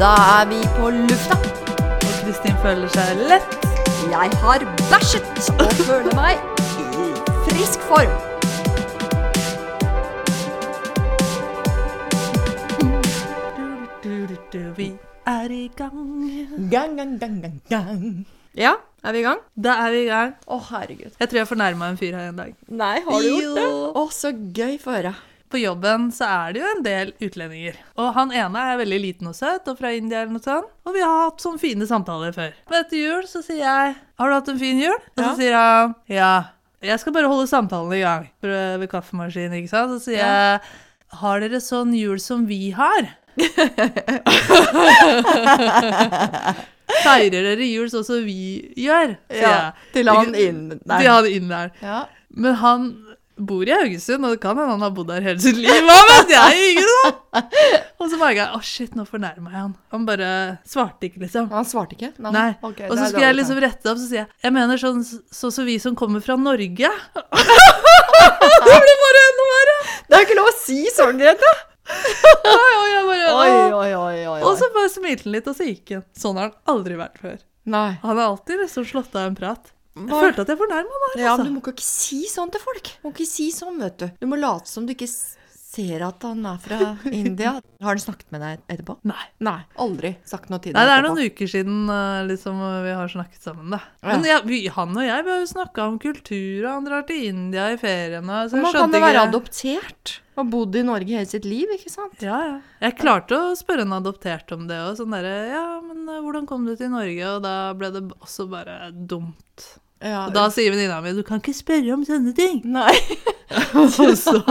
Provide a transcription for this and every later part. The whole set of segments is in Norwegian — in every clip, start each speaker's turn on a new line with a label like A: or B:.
A: Da er vi på lufta.
B: Og Kristin føler seg lett.
A: Jeg har bæsjet og føler meg i frisk form.
B: Vi er i gang.
C: Gang, gang, gang, gang, gang.
B: Ja, er vi i gang? Da er vi i gang.
A: Å, herregud.
B: Jeg tror jeg fornærma en fyr her en dag.
A: Nei, har du gjort det? Å, så gøy for å høre.
B: På jobben så er det jo en del utlendinger. Og han ene er veldig liten og søt og fra India eller noe sånt. Og vi har hatt sånne fine samtaler før. Men etter jul så sier jeg 'Har du hatt en fin jul?' Og så
C: Ja.
B: sier han 'Ja'. Jeg skal bare holde samtalen i gang for- ved kaffemaskinen, ikke sant. Så sier jeg 'Har dere sånn jul som vi har?' Feirer dere jul sånn som vi gjør? sier jeg.
A: til han inn der.
B: Til han inn der.
A: Ja.
B: Men han bor i Haugesund, og det kan hende han har bodd der hele sitt liv. Hva vet jeg? Ikke sant? Og så merka jeg å shit, nå fornærma jeg han. Han bare svarte ikke, liksom.
A: Han svarte ikke?
B: Nei.
A: Ok,
B: og
A: det
B: så
A: er
B: skulle jeg
A: dårlig
B: liksom
A: tegn.
B: rette opp, så sier jeg jeg mener sånn så, så vi som kommer fra Norge.
A: Det er ikke lov å si sånn, Grete!
B: Oi, oi, jeg bare,
A: Oi,
B: «Åh».
A: oi, oi, oi.
B: Og så bare smilte han litt, og så gikk han. Sånn har han aldri vært før.
A: Nei.
B: Han har alltid liksom slått av en prat. Jeg
A: Hva-
B: følte at jeg fornærma han her,
A: Ja, men du
B: altså.
A: må ikke si sånn til folk. Du må ikke si sånn, vet du. Du må late som du ikke s- ser at han er fra India. Har han snakket med deg etterpå?
B: Nei.
A: Nei, aldri sagt noe til deg
B: Nei, det er
A: etterpå.
B: noen uker siden eh, liksom, vi har snakket sammen, da.
A: Ja.
B: Men jeg, vi, han og jeg vi har jo snakka om kultur, og han drar til India i ferien og så jeg
A: Man
B: skjønte
A: kan jo være
B: ikke-
A: adoptert og bodd i Norge hele sitt liv, ikke sant?
B: Ja, ja. Jeg klarte å spørre en adoptert om det òg. Sånn derre Ja, men eh, hvordan kom du til Norge? Og da ble det b- også bare dumt.
A: Ja,
B: Og da sier venninna mi du kan ikke spørre om sånne ting.
A: Nei,
B: Og så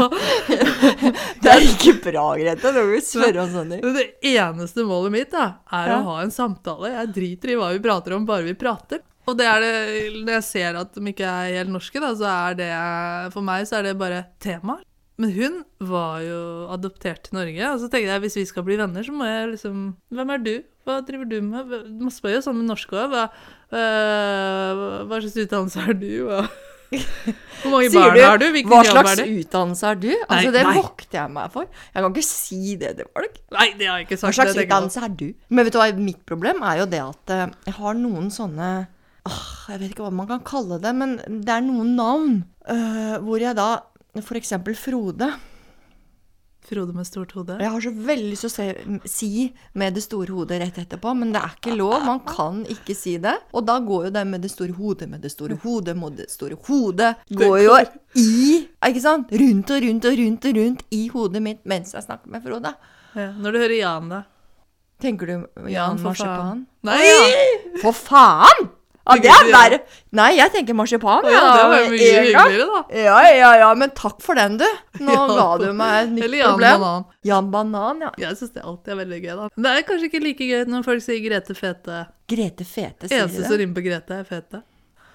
A: det er ikke bra, Grete. Du vil spørre om sånne ting.
B: Men Det eneste målet mitt da, er
A: Ja.
B: å ha en samtale. Jeg driter i hva vi prater om, bare vi prater. Og det er det, når jeg ser at de ikke er helt norske, da, så er det for meg så er det bare tema. Men hun var jo adoptert til Norge, og så tenkte jeg hvis vi skal bli venner, så må jeg liksom Hvem er du? Hva driver du med? Hva- Man spør jo sånn med norske òg. Hva, øh, hva slags utdannelse har du? Hva? Hvor mange
A: Sier
B: barn
A: du,
B: har du? Hvilken
A: Hva
B: jobb
A: slags
B: er du?
A: utdannelse har du? Altså,
B: Nei,
A: det
B: nei.
A: vokter jeg meg for. Jeg kan ikke si det til folk.
B: Nei, det har jeg ikke
A: Hva
B: sagt.
A: slags
B: det tenker jeg på.
A: utdannelse er du? Men vet du hva, mitt problem er jo det at eh, jeg har noen sånne Åh, Jeg vet ikke hva man kan kalle det, men det er noen navn eh, hvor jeg da for eksempel Frode.
B: Frode med stort hode.
A: Jeg har så veldig lyst til å se, si 'med det store hodet' rett etterpå, men det er ikke lov. Man kan ikke si det. Og da går jo det 'med det store hodet', 'med det store hodet', 'med det store hodet' Går jo i Ikke sant? Rundt og rundt og rundt og rundt i hodet mitt mens jeg snakker med Frode.
B: Ja. Når du hører Jan, da.
A: Tenker du Jan
B: for faen.
A: Marsipan?
B: Nei! Ja.
A: For faen! Ja, det er verre. Nei, jeg tenker marsipan.
B: Ja, det var
A: med
B: mye
A: en gang.
B: hyggeligere, da.
A: Ja, ja, ja, men takk for den, du. Nå
B: Ja.
A: ga du meg et nytt
B: Eller Jan
A: problem.
B: Banan.
A: Jan Banan, ja.
B: Jeg syns det alltid er veldig gøy, da. Men det er kanskje ikke like gøy når folk sier Grete Fete.
A: Grete Fete sier
B: Eneste som
A: det.
B: rimer på Grete, er Fete.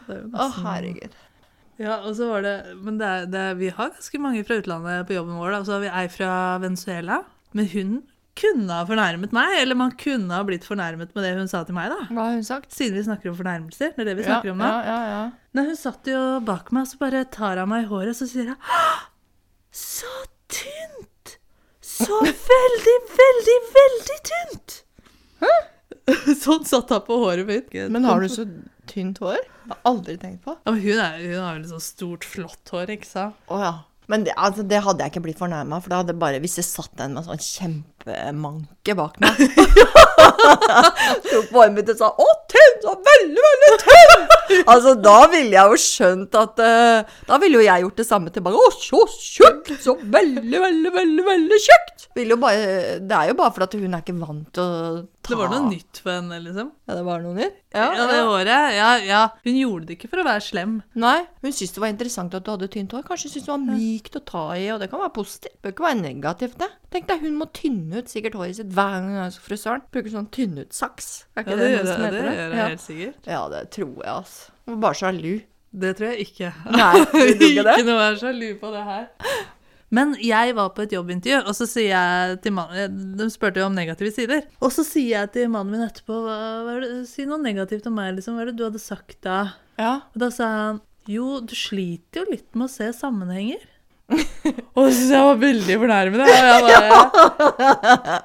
B: Det er jo
A: Å,
B: nesten-
A: herregud.
B: Ja, og så var det Men det er, det er, vi har ganske mange fra utlandet på jobben vår, da. Og så har vi ei fra Venezuela. Men hun kunne ha fornærmet meg, eller man kunne ha blitt fornærmet med det hun sa til meg, da.
A: Hva har hun sagt?
B: Siden vi snakker om fornærmelser, det er det vi snakker om nå.
A: Ja, ja, ja.
B: Nei, hun satt jo bak meg, og så bare tar hun meg i håret, og så sier jeg «Hå! Så tynt! Så veldig, veldig, veldig tynt! Sånn satt hun på håret mitt.
A: Men har du så tynt hår? Det har jeg aldri tenkt på.
B: Ja, men hun, er, hun har jo litt sånn stort, flott hår, ikke sant?
A: Å ja. Men det, altså, det hadde jeg ikke blitt fornærma, for da hadde bare hvis det satt en med en sånn kjempemanke bak meg Tok på armen min og sa 'Å, tynn! Så veldig, veldig tynn!' altså, da ville jeg jo skjønt at eh, Da ville jo jeg gjort det samme tilbake. 'Å, så tjukt! Så veldig, veldig, veldig veldig tjukt!' Ville jo bare, det er jo bare fordi at hun er ikke vant til å ta
B: Det var noe nytt for henne, liksom.
A: Ja, det var noe nytt?
B: Ja,
A: Ja,
B: det
A: ja.
B: håret. Ja, ja. Hun gjorde det ikke for å være slem.
A: Nei, hun syntes det var interessant at du hadde tynt hår. Kanskje hun syntes det var mykt å ta i, og det kan være positivt. Det bør ikke være negativt, det. Tenk deg, hun må tynne ut sikkert håret sitt hver gang hun er hos frisøren. Bruker sånn tynne ut saks. Er ikke
B: Ja,
A: det,
B: det gjør
A: noe som
B: jeg, det
A: heter det?
B: gjør jeg helt sikkert.
A: ja. ja, det tror jeg, altså. Hun var bare sjalu.
B: Det tror jeg ikke.
A: Nei, du tror ikke det?
B: Ikke noe er sjalu på det her. Men jeg var på et jobbintervju, og så sier jeg til mannen eh, De spurte jo om negative sider. Og så sier jeg til mannen min etterpå hva, hva er det, Si noe negativt om meg, liksom. Hva er det du hadde sagt da?
A: Ja.
B: Og da sa han Jo, du sliter jo litt med å se sammenhenger. Og det syns jeg var veldig fornærmende. Og jeg bare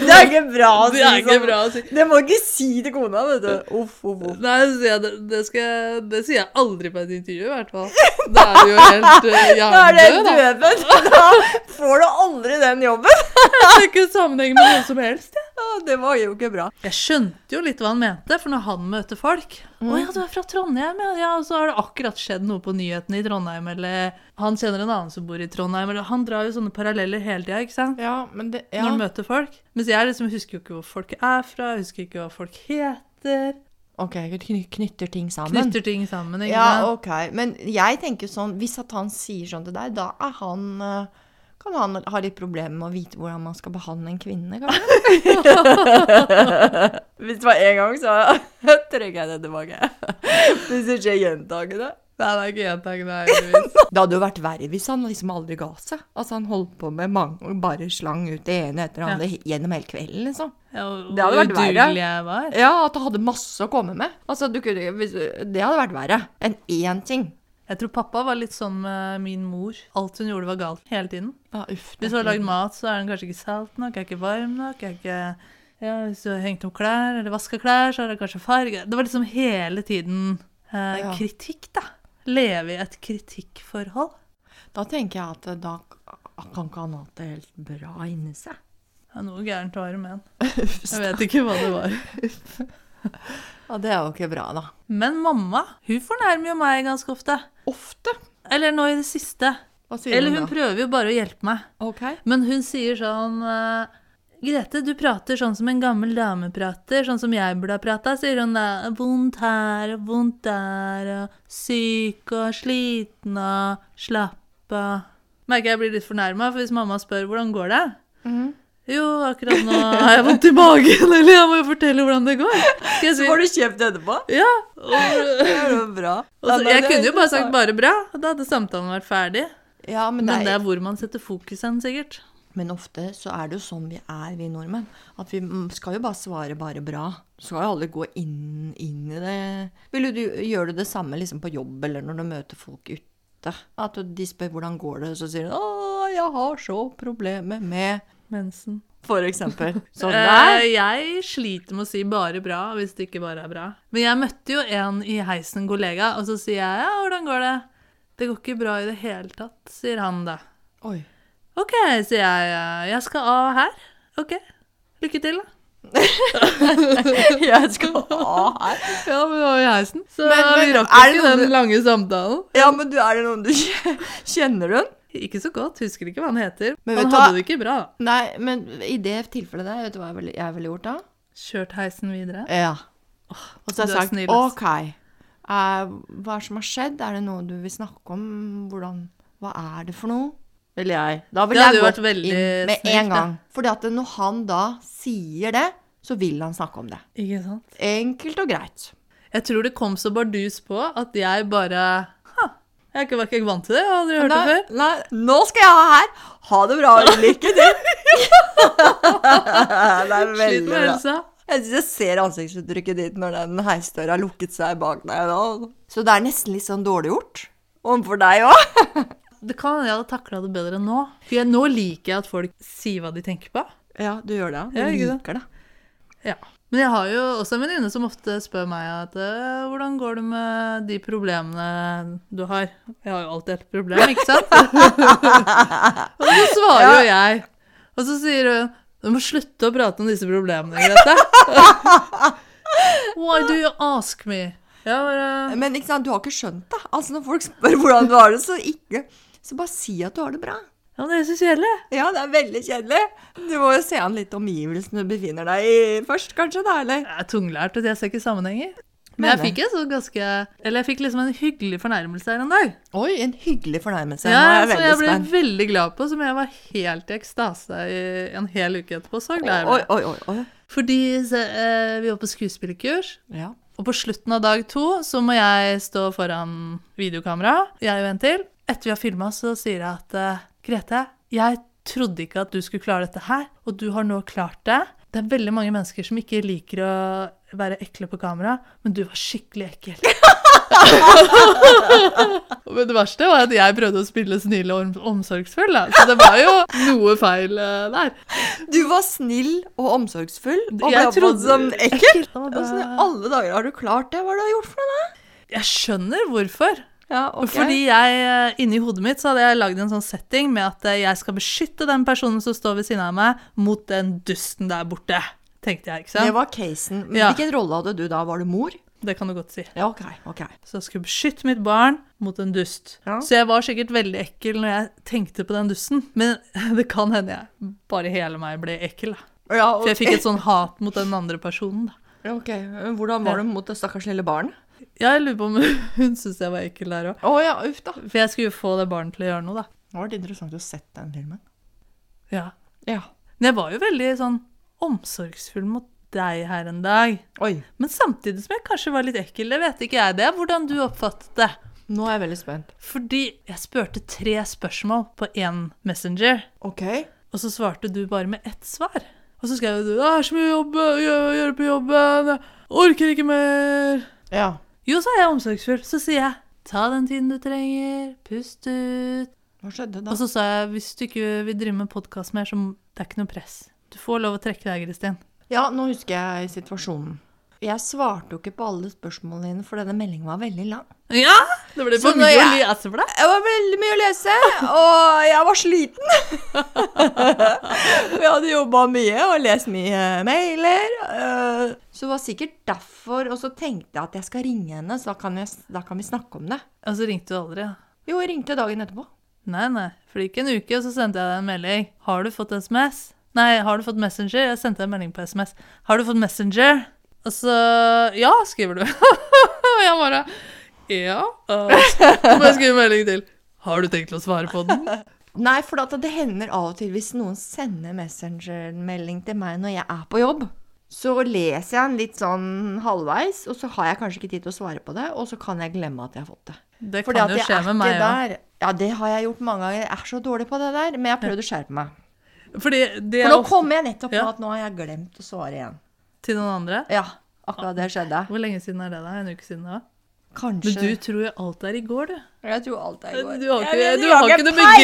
A: Det er ikke bra å si
B: Det er ikke
A: sånn.
B: bra å si.
A: Det må du ikke si til kona, vet du. Uff, uff, uff.
B: Nei, så sier jeg, det, det, skal, jeg- det sier jeg aldri på et intervju, i hvert fall. Da er du jo helt uh,
A: Da er det
B: hjernedød, da.
A: døden. Da får du aldri den jobben.
B: Det er ikke sammenheng med noe som helst. jeg.
A: Å, Det var jo ikke bra.
B: Jeg skjønte jo litt hva han mente, for når han møter folk
A: Mm.
B: Å ja, du er fra Trondheim, ja, ja. Og så har det akkurat skjedd noe på nyhetene i Trondheim, eller han kjenner en annen som bor i Trondheim, eller Han drar jo sånne paralleller hele tida, ikke sant?
A: Ja, men det
B: Når han møter folk. Mens jeg liksom husker jo ikke hvor folk er fra, jeg husker ikke hva folk heter.
A: OK, kny- knytter ting sammen.
B: Knytter ting sammen, ikke sant?
A: Ja, OK. Men jeg tenker sånn Hvis at han sier sånn til deg, da er han eh, kan han ha litt problemer med å vite hvordan man skal behandle en kvinne, kanskje? Hvis det var én gang, så trenger jeg det tilbake. Hvis det skjer gjentagende.
B: Nei, det er ikke gjentagende, heldigvis.
A: Det hadde jo vært verre hvis han liksom aldri ga seg. Altså Han holdt på med mange bare slang ut det ene etter det andre gjennom hele kvelden. liksom.
B: Ja, og
A: Det hadde
B: hvor
A: vært verre.
B: udugelig jeg var.
A: Ja, At han hadde masse å komme med. Altså, du kunne, hvis, Det hadde vært verre enn én ting.
B: Jeg tror pappa var litt sånn med min mor. Alt hun gjorde, var galt hele tiden.
A: Ja, uff.
B: Hvis du har lagd mat, så er den kanskje ikke salt nok, er ikke varm nok, er ikke ja, Hvis du har hengt opp klær eller vaska klær, så er det kanskje farge Det var liksom hele tiden eh,
A: Ja.
B: kritikk, da. Leve i et kritikkforhold.
A: Da tenker jeg at eh, da kan ikke han ha det helt bra inni seg.
B: Ja, noe gærent var det med han. Jeg vet ikke hva det var.
A: Ja, Det er jo ikke bra, da.
B: Men mamma, hun fornærmer jo meg ganske ofte.
A: Ofte.
B: Eller nå i det siste.
A: Hva sier
B: Eller hun
A: da?
B: prøver jo bare å hjelpe meg.
A: Ok.
B: Men hun sier sånn eh, Grete, du prater sånn som en gammel dame prater, sånn som jeg burde ha prata, sier hun da. Vondt her og vondt der og syk og sliten og slapp av. Merker jeg blir litt fornærma, for hvis mamma spør hvordan går det
A: Mhm.
B: Jo, akkurat nå har jeg vondt i magen, eller jeg må jo fortelle hvordan det går. Skal jeg si
A: Får du kjeft etterpå?
B: Ja. Og,
A: Det er jo bra.
B: og så, jeg
A: Ja, altså, det er
B: kunne jo bare sagt
A: interessant.
B: 'bare bra', og da hadde samtalen vært ferdig.
A: Ja, men,
B: Men det
A: det
B: er hvor man setter fokus hen, sikkert.
A: men ofte så er det jo sånn vi er, vi nordmenn. At vi mm, skal jo bare svare bare bra. Du skal jo aldri gå inn, inn i det. Ville du gjøre det samme liksom på jobb eller når du møter folk ute? At de spør hvordan går det, så sier du 'Å, jeg har så problemer med'
B: Mensen.
A: For eksempel. Sånn
B: Eh,
A: der.
B: jeg sliter med å si bare bra hvis det ikke bare er bra. Men jeg møtte jo en i heisen, en kollega, og så sier jeg ja, hvordan går det? Det går ikke bra i det hele tatt, sier han da.
A: Oi.
B: Ok, sier jeg. «eh, Jeg skal av her. Ok. Lykke til, da.
A: Jeg skal ha her.
B: Ja, men det var i heisen. Så
A: Men- men
B: vi rakk
A: er det
B: ikke
A: noe
B: den lange samtalen.
A: Ja, men du, er det noen du kje- kjenner hun?
B: Ikke så godt, husker ikke hva han heter.
A: Men vet
B: han
A: du hva?
B: hadde det ikke bra. da.
A: Nei, men i det tilfellet der, vet du hva jeg ville, jeg ville gjort da?
B: Kjørt heisen videre.
A: Ja. Og
B: du
A: så har jeg
B: er
A: sagt
B: snill, ass.
A: OK, eh, hva er det som har skjedd? Er det noe du vil snakke om? Hvordan, hva er det for noe? Vil jeg. Da ville
B: Det hadde jo
A: jeg gått
B: vært veldig
A: inn med
B: snilt,
A: en
B: da.
A: gang. Fordi at når han da sier det, så vil han snakke om det.
B: Ikke sant?
A: Enkelt og greit.
B: Jeg tror det kom så bardus på at jeg bare «Ha, Jeg er ikke- var ikke vant til det, jeg har aldri hørt det
A: Nei,
B: før.
A: nei, nå skal jeg ha her. Ha det bra. Lykke til. det er
B: Sliter med helsa.
A: Jeg synes jeg ser ansiktsuttrykket ditt når den heisdøra har lukket seg bak deg. nå. Så det er nesten litt sånn dårlig gjort. Overfor deg òg.
B: Det kan hende jeg hadde takla det bedre nå. For jeg, nå liker jeg at folk sier hva de tenker på.
A: Ja, du gjør det. Du
B: Ja, ikke sant?
A: liker det.
B: Ja. Men jeg har jo også en venninne som ofte spør meg at «Øh, hvordan går det med de problemene du har? Jeg har jo alltid et problem, ikke sant? og så svarer jo jeg. Og så sier hun du må slutte å prate om disse problemene, Grete. Why do you ask me? Jeg bare
A: Men ikke sant, du har ikke skjønt det. Altså, Når folk spør hvordan du har det, så ikke Så bare si at du har det bra.
B: Ja, men det er så kjedelig.
A: Ja, det er veldig kjedelig. Du må jo se an litt omgivelsene du befinner deg i først, kanskje. da, eller?
B: Jeg er tunglært, og jeg ser ikke sammenhenger. Men
A: Men
B: jeg
A: det-
B: fikk en sånn ganske Eller jeg fikk liksom en hyggelig fornærmelse her en dag.
A: Oi, en hyggelig fornærmelse.
B: Ja,
A: Nå er altså,
B: som
A: jeg
B: jeg
A: veldig
B: ble
A: spent.
B: veldig glad på, som jeg var helt i ekstase i en hel uke etterpå. Så glad jeg
A: Oi,
B: ble.
A: oi, oi. oi.
B: Fordi så, eh, vi var på skuespillerkurs,
A: Ja.
B: og på slutten av dag to så må jeg stå foran videokamera, jeg og en til. Etter vi har filma, så sier jeg at eh, Grete, jeg trodde ikke at du skulle klare dette her, og du har nå klart det. Det er veldig mange mennesker som ikke liker å være ekle på kamera, men du var skikkelig ekkel. men det verste var at jeg prøvde å spille snill og om- omsorgsfull, da. så det var jo noe feil eh, der.
A: Du var snill og omsorgsfull, og ble
B: Jeg
A: oppfattet
B: trodde-
A: som ekkel.
B: Det var
A: Åssen Altså, i
B: bare-
A: alle dager har du klart det? Hva har du gjort for noe?
B: Jeg skjønner hvorfor.
A: Ja, ok.
B: Fordi jeg, eh, inni hodet mitt så hadde jeg lagd en sånn setting med at eh, jeg skal beskytte den personen som står ved siden av meg, mot den dusten der borte. Tenkte jeg, ikke sant?
A: Det
B: Det,
A: var casen. Men
B: Ja.
A: Hvilken rolle hadde du da? Var du mor?
B: kan du godt si.
A: Ja, ok. ok.
B: Så jeg skulle beskytte mitt barn mot en dust.
A: Ja.
B: Så jeg var sikkert veldig ekkel når jeg tenkte på den dusten. Men det kan hende jeg bare hele meg ble ekkel. Da.
A: Ja,
B: For jeg fikk et sånn hat mot den andre personen. Da.
A: ok. Hvordan var du mot det stakkars lille barnet?
B: Jeg lurer på om hun syntes jeg var ekkel der òg.
A: Å ja, uff da.
B: For jeg skulle jo få det barnet til å gjøre noe, da.
A: Det har vært interessant å sett den filmen.
B: Ja.
A: Ja.
B: Men jeg var jo veldig sånn omsorgsfull mot deg her en dag.
A: Oi,
B: Men samtidig som jeg kanskje var litt ekkel, det vet ikke jeg. Det er hvordan du oppfattet det.
A: nå er jeg veldig spent.
B: Fordi jeg spurte tre spørsmål på én messenger,
A: Ok.
B: og så svarte du bare med ett svar. Og så skrev du 'Det er så mye jobb å gjø- gjøre på jobben. Jeg orker ikke mer'.
A: Ja.
B: Jo, så er jeg omsorgsfull. Så sier jeg 'Ta den tiden du trenger. Pust ut'.
A: Hva skjedde
B: Og så sa jeg 'Hvis du ikke vil drive med podkast mer, så det er ikke noe press'. Du får lov å trekke deg, Kristin.
A: Ja, nå husker jeg situasjonen. Jeg svarte jo ikke på alle spørsmålene dine, for denne meldingen var veldig lang.
B: Ja! Det ble
A: Så
B: for
A: når
B: mye å
A: jeg-
B: lese for deg.
A: Det var veldig mye å lese, og jeg var sliten. Vi hadde jobba mye og lest mye mailer. øh. Så det var sikkert derfor, og så tenkte jeg at jeg skal ringe henne, så da kan, jeg, da kan vi snakke om det.
B: Og så ringte du aldri. da.
A: Jo, jeg ringte dagen etterpå.
B: Nei, nei. For det gikk en uke, og så sendte jeg deg en melding. Har du fått SMS? Nei, har du fått Messenger? Jeg sendte deg en melding på SMS. Har du fått Messenger? Og så Ja, skriver du. Og jeg bare Ja. øh, Så må jeg skrive en melding til. Har du tenkt å svare på den?
A: Nei, for at det hender av og til hvis noen sender messengermelding til meg når jeg er på jobb, så leser jeg den litt sånn halvveis, og så har jeg kanskje ikke tid til å svare på det, og så kan jeg glemme at jeg har fått det.
B: Det
A: Fordi
B: kan
A: at
B: jo
A: jeg
B: skje
A: er
B: med meg
A: ikke
B: òg.
A: der. Ja, det har jeg gjort mange ganger. Jeg er så dårlig på det der, men jeg har prøvd å skjerpe meg.
B: Fordi det
A: For
B: er
A: nå
B: ofte
A: kommer jeg nettopp på
B: Ja.
A: at nå har jeg glemt å svare igjen.
B: til noen andre.
A: Ja, akkurat det skjedde.
B: Hvor lenge siden er det, da? En uke siden? da? Men
A: Kanskje
B: du tror jo alt er i går, du.
A: Jeg tror alt er i
B: Du
A: går.
B: har ikke,
A: Jeg vet,
B: du
A: jeg
B: har ikke noe begrep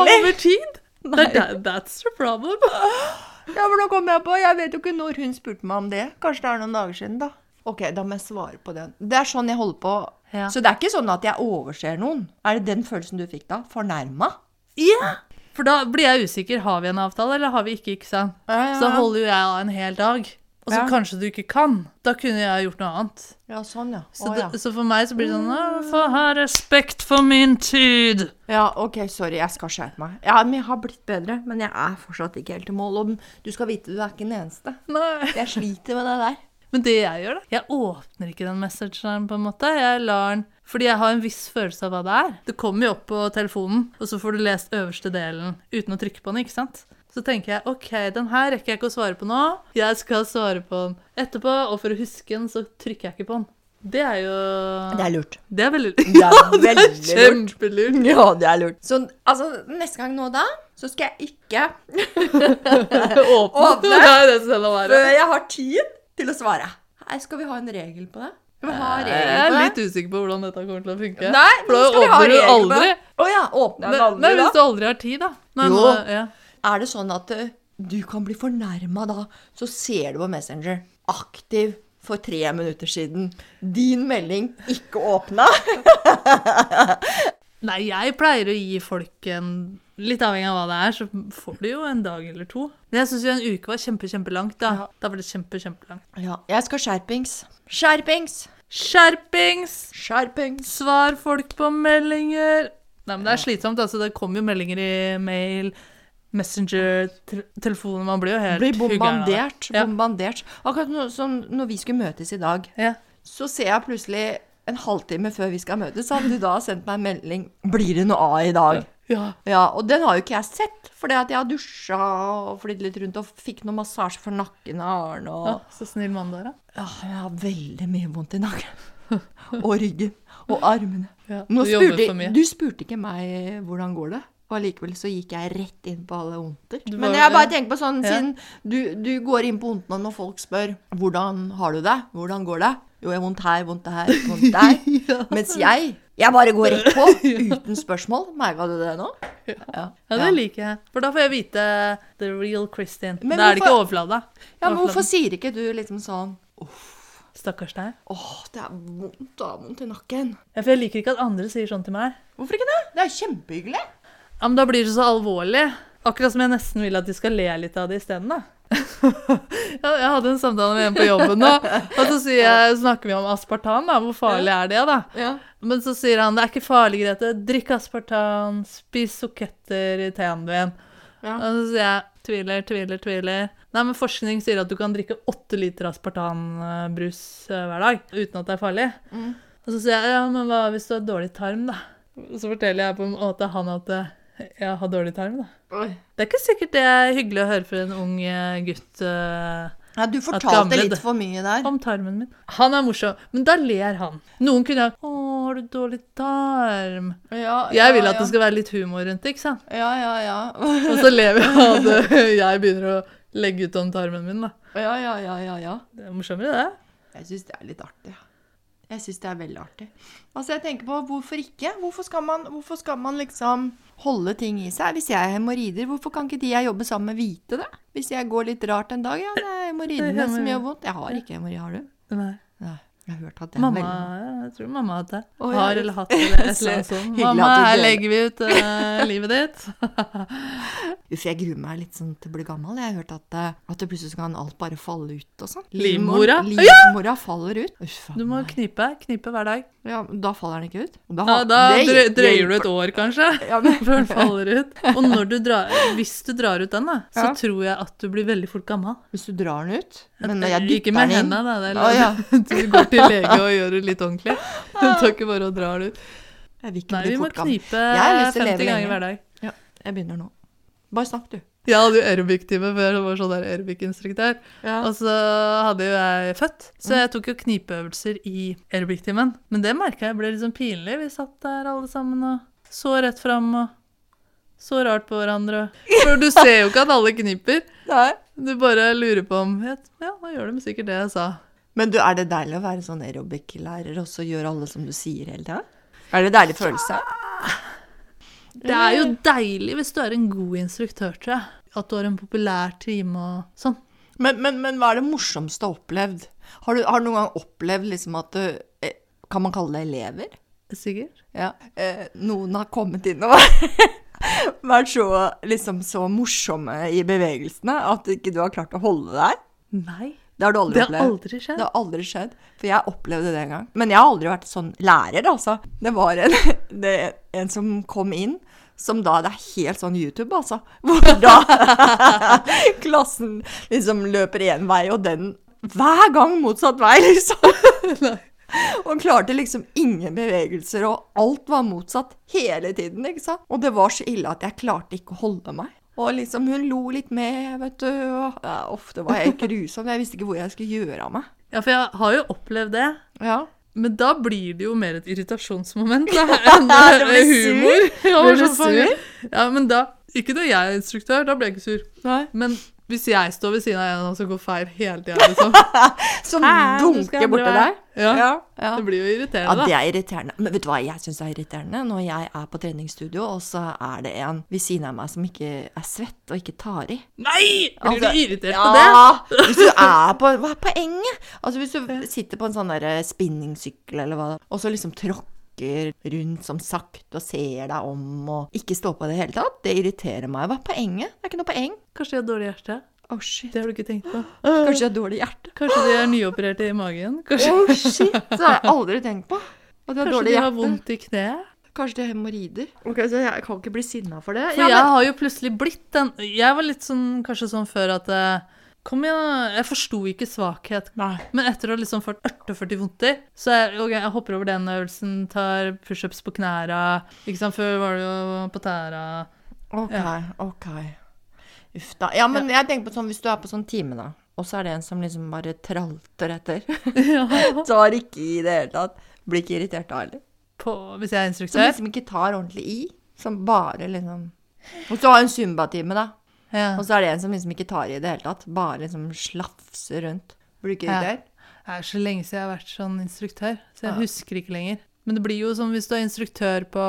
A: peiling.
B: over tid. Det er, der- that's the problem.
A: Ja, for nå kom jeg på, jeg vet jo ikke når hun spurte meg om det. Kanskje det er noen dager siden, da. Ok, da må jeg svare på den. Det er sånn jeg holder på.
B: Ja.
A: Så det er ikke sånn at jeg overser noen. Er det den følelsen du fikk da? Fornærma?
B: Ja! For da blir jeg usikker. Har vi en avtale, eller har vi ikke? ikke sant?
A: Ja, ja,
B: Så
A: ja.
B: holder jo jeg av en hel dag. Og så
A: Ja.
B: kanskje du ikke kan. Da kunne jeg gjort noe annet.
A: Ja, sånn, ja.
B: Så,
A: Å, ja. Mm.
B: det, så for meg så blir det sånn «Å, Få ha respekt for min tid!
A: ja, OK, sorry, jeg skal skjerpe meg. Ja, men Jeg har blitt bedre, men jeg er fortsatt ikke helt i mål. Og du skal vite, du er ikke den eneste.
B: Nei.
A: Jeg sliter med det der.
B: Men det jeg gjør, da Jeg åpner ikke den messageren, på en måte. Jeg lar den fordi jeg har en viss følelse av hva det er. Det kommer jo opp på telefonen, og så får du lest øverste delen uten å trykke på den, ikke sant? Så tenker jeg OK, den her rekker jeg ikke å svare på nå. Jeg skal svare på den etterpå, og for å huske den, så trykker jeg ikke på den. Det er jo
A: Det er lurt.
B: Det er veldig
A: Det er veldig lurt.
B: Kjempelurt.
A: Ja, det er lurt. Så altså, neste gang nå da, så skal jeg ikke
B: Åpne.
A: Åpne.
B: Det er det som skal være.
A: Før jeg har tid til å svare. Her skal vi ha en regel på det? Skal vi ha
B: Jeg er
A: regel på
B: litt
A: det?
B: usikker på hvordan dette kommer til å funke.
A: Nei,
B: For
A: nå
B: da
A: skal vi ha
B: åpner du
A: regel på
B: aldri.
A: det. Å ja, åpner den
B: Men, men
A: aldri
B: hvis
A: da?
B: du aldri har tid, da. Nei,
A: Jo.
B: nå- ja.
A: Er det sånn at eh, du kan bli fornærma da, så ser du på Messenger aktiv for tre minutter siden. Din melding ikke åpna.
B: Nei, jeg pleier å gi folk en Litt avhengig av hva det er, så får du jo en dag eller to. Men jeg syns jo en uke var kjempe, kjempelangt, da. Da var det kjempe, kjempelangt.
A: Ja, jeg skal skjerpings. Skjerpings!
B: Skjerpings!
A: Skjerpings!
B: Svar folk på meldinger. Nei, men det er slitsomt, altså. Det kommer jo meldinger i mail, Messenger, te telefoner Man blir jo helt
A: Blir
B: huggeren av det.
A: bombardert.
B: Ja.
A: bombardert. Akkurat nå, som når vi skulle møtes i dag,
B: Ja.
A: så ser jeg plutselig en halvtime før vi skal møtes, så hadde du da sendt meg en melding 'Blir det noe av i dag?'
B: ja.
A: Ja, Og den har jo ikke jeg sett, fordi at jeg har dusja og flydd litt rundt og fikk noe massasje for nakken av Arne. og...
B: Å, Så snill mann du er, da.
A: Ja, jeg har veldig mye vondt i nakken. Og ryggen. Og armene.
B: Ja,
A: Nå
B: du jobber
A: spurte,
B: for mye.
A: du spurte ikke meg eh, hvordan går det. Og Og allikevel så gikk jeg rett inn på alle onter.
B: Du
A: Men
B: var-
A: jeg bare tenker på sånn,
B: Ja.
A: siden du, du går inn på ontene når folk spør hvordan har du det, hvordan går det? Jo, jeg har vondt her, vondt her, vondt der. Mens jeg, jeg bare går rett på, uten spørsmål. Merka du det nå? Ja,
B: Ja, det
A: Ja.
B: liker jeg. For da får jeg vite the real Kristin. Da
A: Men
B: er det ikke
A: hvorfor-
B: overflada.
A: Ja, men hvorfor
B: Overfladen.
A: sier ikke du liksom sånn
B: Stakkars deg.
A: åh, det er vondt, det er vondt i nakken.
B: Ja, for jeg liker ikke at andre sier sånn til meg.
A: Hvorfor ikke det? Det er kjempehyggelig.
B: Ja, men da blir det så alvorlig. Akkurat som jeg nesten vil at de skal le litt av det isteden, da. Ja, jeg hadde en samtale med en på jobben nå, og så sier jeg, snakker vi om aspartan, da. Hvor farlig er det, da?
A: Ja.
B: Men så sier han det er ikke farlig, Grete. Drikk aspartan, spis soketter i teen din.
A: Ja.
B: Og så sier jeg tviler, tviler, tviler. Nei, men Forskning sier at du kan drikke åtte liter aspartanbrus eh, hver dag uten at det er farlig. Og så sier jeg ja, men hva hvis du har dårlig tarm, da? Og så forteller jeg på en måte han at eh, jeg har dårlig tarm, da. Det er ikke sikkert det er hyggelig å høre for en ung eh, gutt eh,
A: Ja, du
B: gamle
A: fortalte
B: det-
A: litt for mye der.
B: om tarmen min. Han er morsom, men da ler han. Noen kunne ha Å, har du dårlig tarm? Jeg vil at det skal være litt humor rundt det, ikke sant?
A: Ja, ja, ja.
B: Og så lever jeg av at jeg begynner å legge ut om tarmen min, da.
A: Ja, ja, ja, ja, ja.
B: Det er morsommere, det.
A: Jeg syns det er litt artig. ja. Jeg syns det er veldig artig. Altså, jeg tenker på hvorfor ikke? Hvorfor skal man, hvorfor skal man liksom holde ting i seg? Hvis jeg har hemoroider, hvorfor kan ikke de jeg jobber sammen med, vite det? Hvis jeg går litt rart en dag, ja, det er hemoroidene som gjør vondt. Jeg har ikke hemoroider, har du?
B: Nei.
A: Nei. Jeg har hørt at det er
B: Mamma,
A: veldig
B: jeg tror mamma har hatt det.
A: Å, ja.
B: Har eller hatt det, eller et eller annet sånt.
A: Hyggelig at
B: Mamma,
A: du
B: her
A: deler.
B: legger vi ut eh, livet ditt.
A: Uff, jeg gruer meg litt sånn til å bli gammel. Jeg har hørt at, eh, at det plutselig så kan alt bare falle ut og sånn.
B: Livmora?
A: Livmora faller ut. Uff, faen
B: Du må
A: meg.
B: knipe. Knipe hver dag.
A: ja, da faller den ikke ut. Da,
B: Ja, da
A: det
B: drøy,
A: hjelper.
B: drøyer du et år, kanskje,
A: Ja,
B: før
A: men-
B: den faller ut. Og når du drar, hvis du drar ut den, da, så
A: Ja.
B: tror jeg at du blir veldig fort gammel.
A: Hvis du drar den ut Men når jeg
B: Ikke
A: dytter
B: med
A: den inn
B: hendene, da. Det er
A: Å, ja.
B: litt- Du går til lege og gjør det litt ordentlig. Du tar ikke bare og drar det ut.
A: Jeg vil ikke
B: Nei,
A: bli
B: vi må
A: fort gammel.
B: knipe
A: har lyst til å
B: 50
A: leve
B: ganger
A: lenge.
B: hver dag.
A: Jeg begynner nå. Bare snakk, du.
B: Jeg hadde jo aerobic-time før, og var sånn der aerobic-instruktør. Og så hadde jo jeg født, så jeg tok jo knipeøvelser i aerobic-timen. Men det merka jeg ble litt sånn pinlig. Vi satt der alle sammen og så rett fram og så rart på hverandre. For du ser jo ikke at alle kniper.
A: Nei.
B: Du bare lurer på om Ja, nå gjør de sikkert det jeg sa.
A: Men du, er det deilig å være sånn aerobic-lærer og så gjøre alle som du sier hele tida? Er det en deilig følelse?
B: Det er jo deilig hvis du er en god instruktør, tror jeg. At du har en populær time og sånn.
A: Men, men, men hva er det morsomste du har opplevd? Har du, har du noen gang opplevd liksom at du eh, Kan man kalle det elever?
B: Sikkert.
A: Ja. Eh, noen har kommet inn og vært så, liksom, så morsomme i bevegelsene at ikke du har klart å holde deg?
B: Nei.
A: Det har du aldri
B: Det har
A: opplevd?
B: aldri skjedd.
A: Det har aldri skjedd, for jeg opplevde det en gang. Men jeg har aldri vært sånn lærer, altså. Det var en, det, en som kom inn, som da Det er helt sånn YouTube, altså. Hvor da klassen liksom løper én vei, og den hver gang motsatt vei, liksom. Og klarte liksom ingen bevegelser, og alt var motsatt hele tiden. ikke sant? Og det var så ille at jeg klarte ikke å holde meg. Og liksom hun lo litt med, vet du. Og, ja, uff, det var helt grusomt. Jeg visste ikke hvor jeg skulle gjøre av meg.
B: Ja, for jeg har jo opplevd det.
A: Ja.
B: Men da blir det jo mer et irritasjonsmoment da, enn eh,
A: Du blir sur?
B: humor. Ja,
A: Blir du
B: så faen,
A: sur?
B: Ja, men da, ikke når jeg er instruktør, da blir jeg ikke sur.
A: Nei.
B: Men hvis jeg står ved siden av en av dem som går feil hele tiden, liksom.
A: Som
B: Hæ, du skal
A: dunker borti
B: bli-
A: deg.
B: Ja,
A: ja.
B: det blir jo
A: Ja,
B: irriterende
A: det
B: da.
A: er irriterende. Men vet du hva jeg syns er irriterende? Når jeg er på treningsstudio, og så er det en ved siden av meg som ikke er svett og ikke tar i.
B: Nei! Blir du
A: Altså,
B: irritert på det?
A: Hvis du er på Hva er poenget? Altså, hvis du sitter på en sånn derre spinningsykkel eller hva, og så liksom tråkker rundt som sakte og ser deg om og ikke står på i det hele tatt, det irriterer meg. Hva er poenget? Det er ikke noe poeng. Eh.
B: Kanskje de har dårlig hjerte?
A: Å, shit.
B: Det har du ikke tenkt på.
A: Kanskje jeg har dårlig hjerte.
B: Kanskje de er nyopererte i magen?
A: Å,
B: Kanskje,
A: shit. Det har jeg aldri tenkt på. At jeg har
B: kanskje
A: dårlig
B: de har
A: hjerte.
B: vondt i kneet?
A: Kanskje det er hemoroider. Ok, så jeg kan ikke bli sinna for det.
B: For jeg har jo plutselig blitt den Jeg var litt sånn, kanskje sånn før at eh, Kom igjen, da. jeg forsto ikke svakhet. Men etter å ha liksom fått 48 vondter, så er ok, jeg hopper over den øvelsen, tar pushups på knæra Ikke sant, før var det jo på tæra
A: Ok, ok. Uff da. Ja, men jeg tenker på sånn, hvis du er på sånn time, da, og så er det en som liksom bare tralter etter,
B: ja.
A: tar ikke i det hele tatt, blir ikke irritert da heller.
B: på, Hvis jeg er
A: Som
B: instruktør.
A: liksom ikke tar ordentlig i, som bare liksom Og så har hun zumba-time, da.
B: Ja.
A: Og så er det en som liksom ikke tar i det hele tatt. Bare liksom slafser rundt. Blir du ikke
B: Ja.
A: irritert?
B: Det er så lenge siden jeg har vært sånn instruktør, så jeg husker ikke lenger. Men det blir jo som hvis du er instruktør på,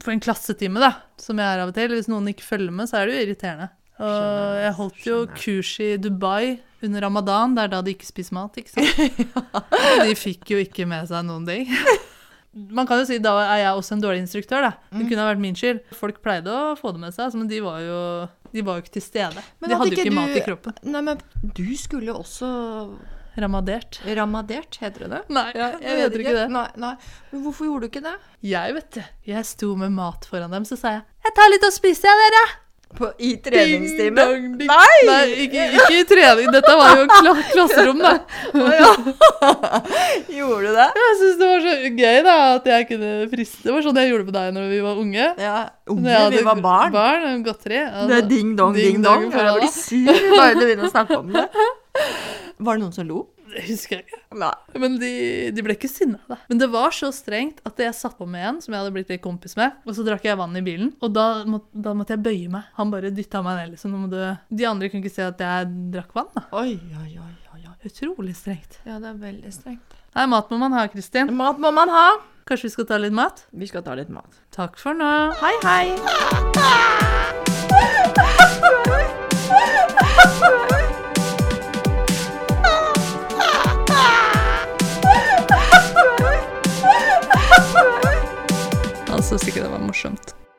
B: på en klassetime, da, som jeg er av og til. Hvis noen ikke følger med, så er det jo irriterende. Og jeg holdt jo kurs i Dubai under ramadan, det er da de ikke spiser mat, ikke sant? Og de fikk jo ikke med seg noen ting. Man kan jo si da er jeg også en dårlig instruktør, da. Det kunne ha vært min skyld. Folk pleide å få det med seg, altså, men de var jo, de var jo ikke til stede.
A: Men
B: de
A: hadde
B: hadde jo
A: ikke
B: ikke mat
A: du-
B: i kroppen.
A: Nei, men du skulle jo også
B: Ramadert.
A: ramadert, heter det det?
B: Nei, jeg, jeg vet ikke det.
A: Nei, nei. Men hvorfor gjorde du ikke det?
B: Jeg vet det. Jeg sto med mat foran dem, så sa jeg 'Jeg tar litt å spise, jeg, dere'.
A: På, I
B: Ding,
A: treningstimen?
B: dong, ding. Nei, ikke, ikke i trening. Dette var jo kla klasserom, da.
A: Gjorde du det?
B: Jeg syns det var så gøy da, at jeg kunne friste. Det var sånn jeg gjorde på deg når vi var unge.
A: Ja.
B: Når
A: Unge,
B: jeg
A: vi
B: hadde
A: var barn.
B: barn og godteri. altså.
A: Det er ding dong, ding,
B: Ding
A: dong.
B: dong,
A: For
B: ja.
A: jeg blir sur bare du begynner å snakke om det. Var det noen som lo?
B: Det husker jeg ikke.
A: Nei.
B: Men de, de ble ikke sinna, da. Men det var så strengt at jeg satt på med en som jeg hadde blitt litt kompis med, og så drakk jeg vann i bilen, og da, må, da måtte jeg bøye meg. Han bare dytta meg ned, liksom. Nå må du De andre kunne ikke se at jeg drakk vann, da.
A: Oi, oi, oi, oi, oi.
B: Utrolig strengt.
A: Ja, det er veldig strengt.
B: Nei, mat må man ha, Kristin.
A: Mat må man ha.
B: Kanskje vi skal ta litt mat?
A: Vi skal ta litt mat.
B: Takk for nå.
A: Hei, hei.
B: Han syntes ikke Altså, det var morsomt.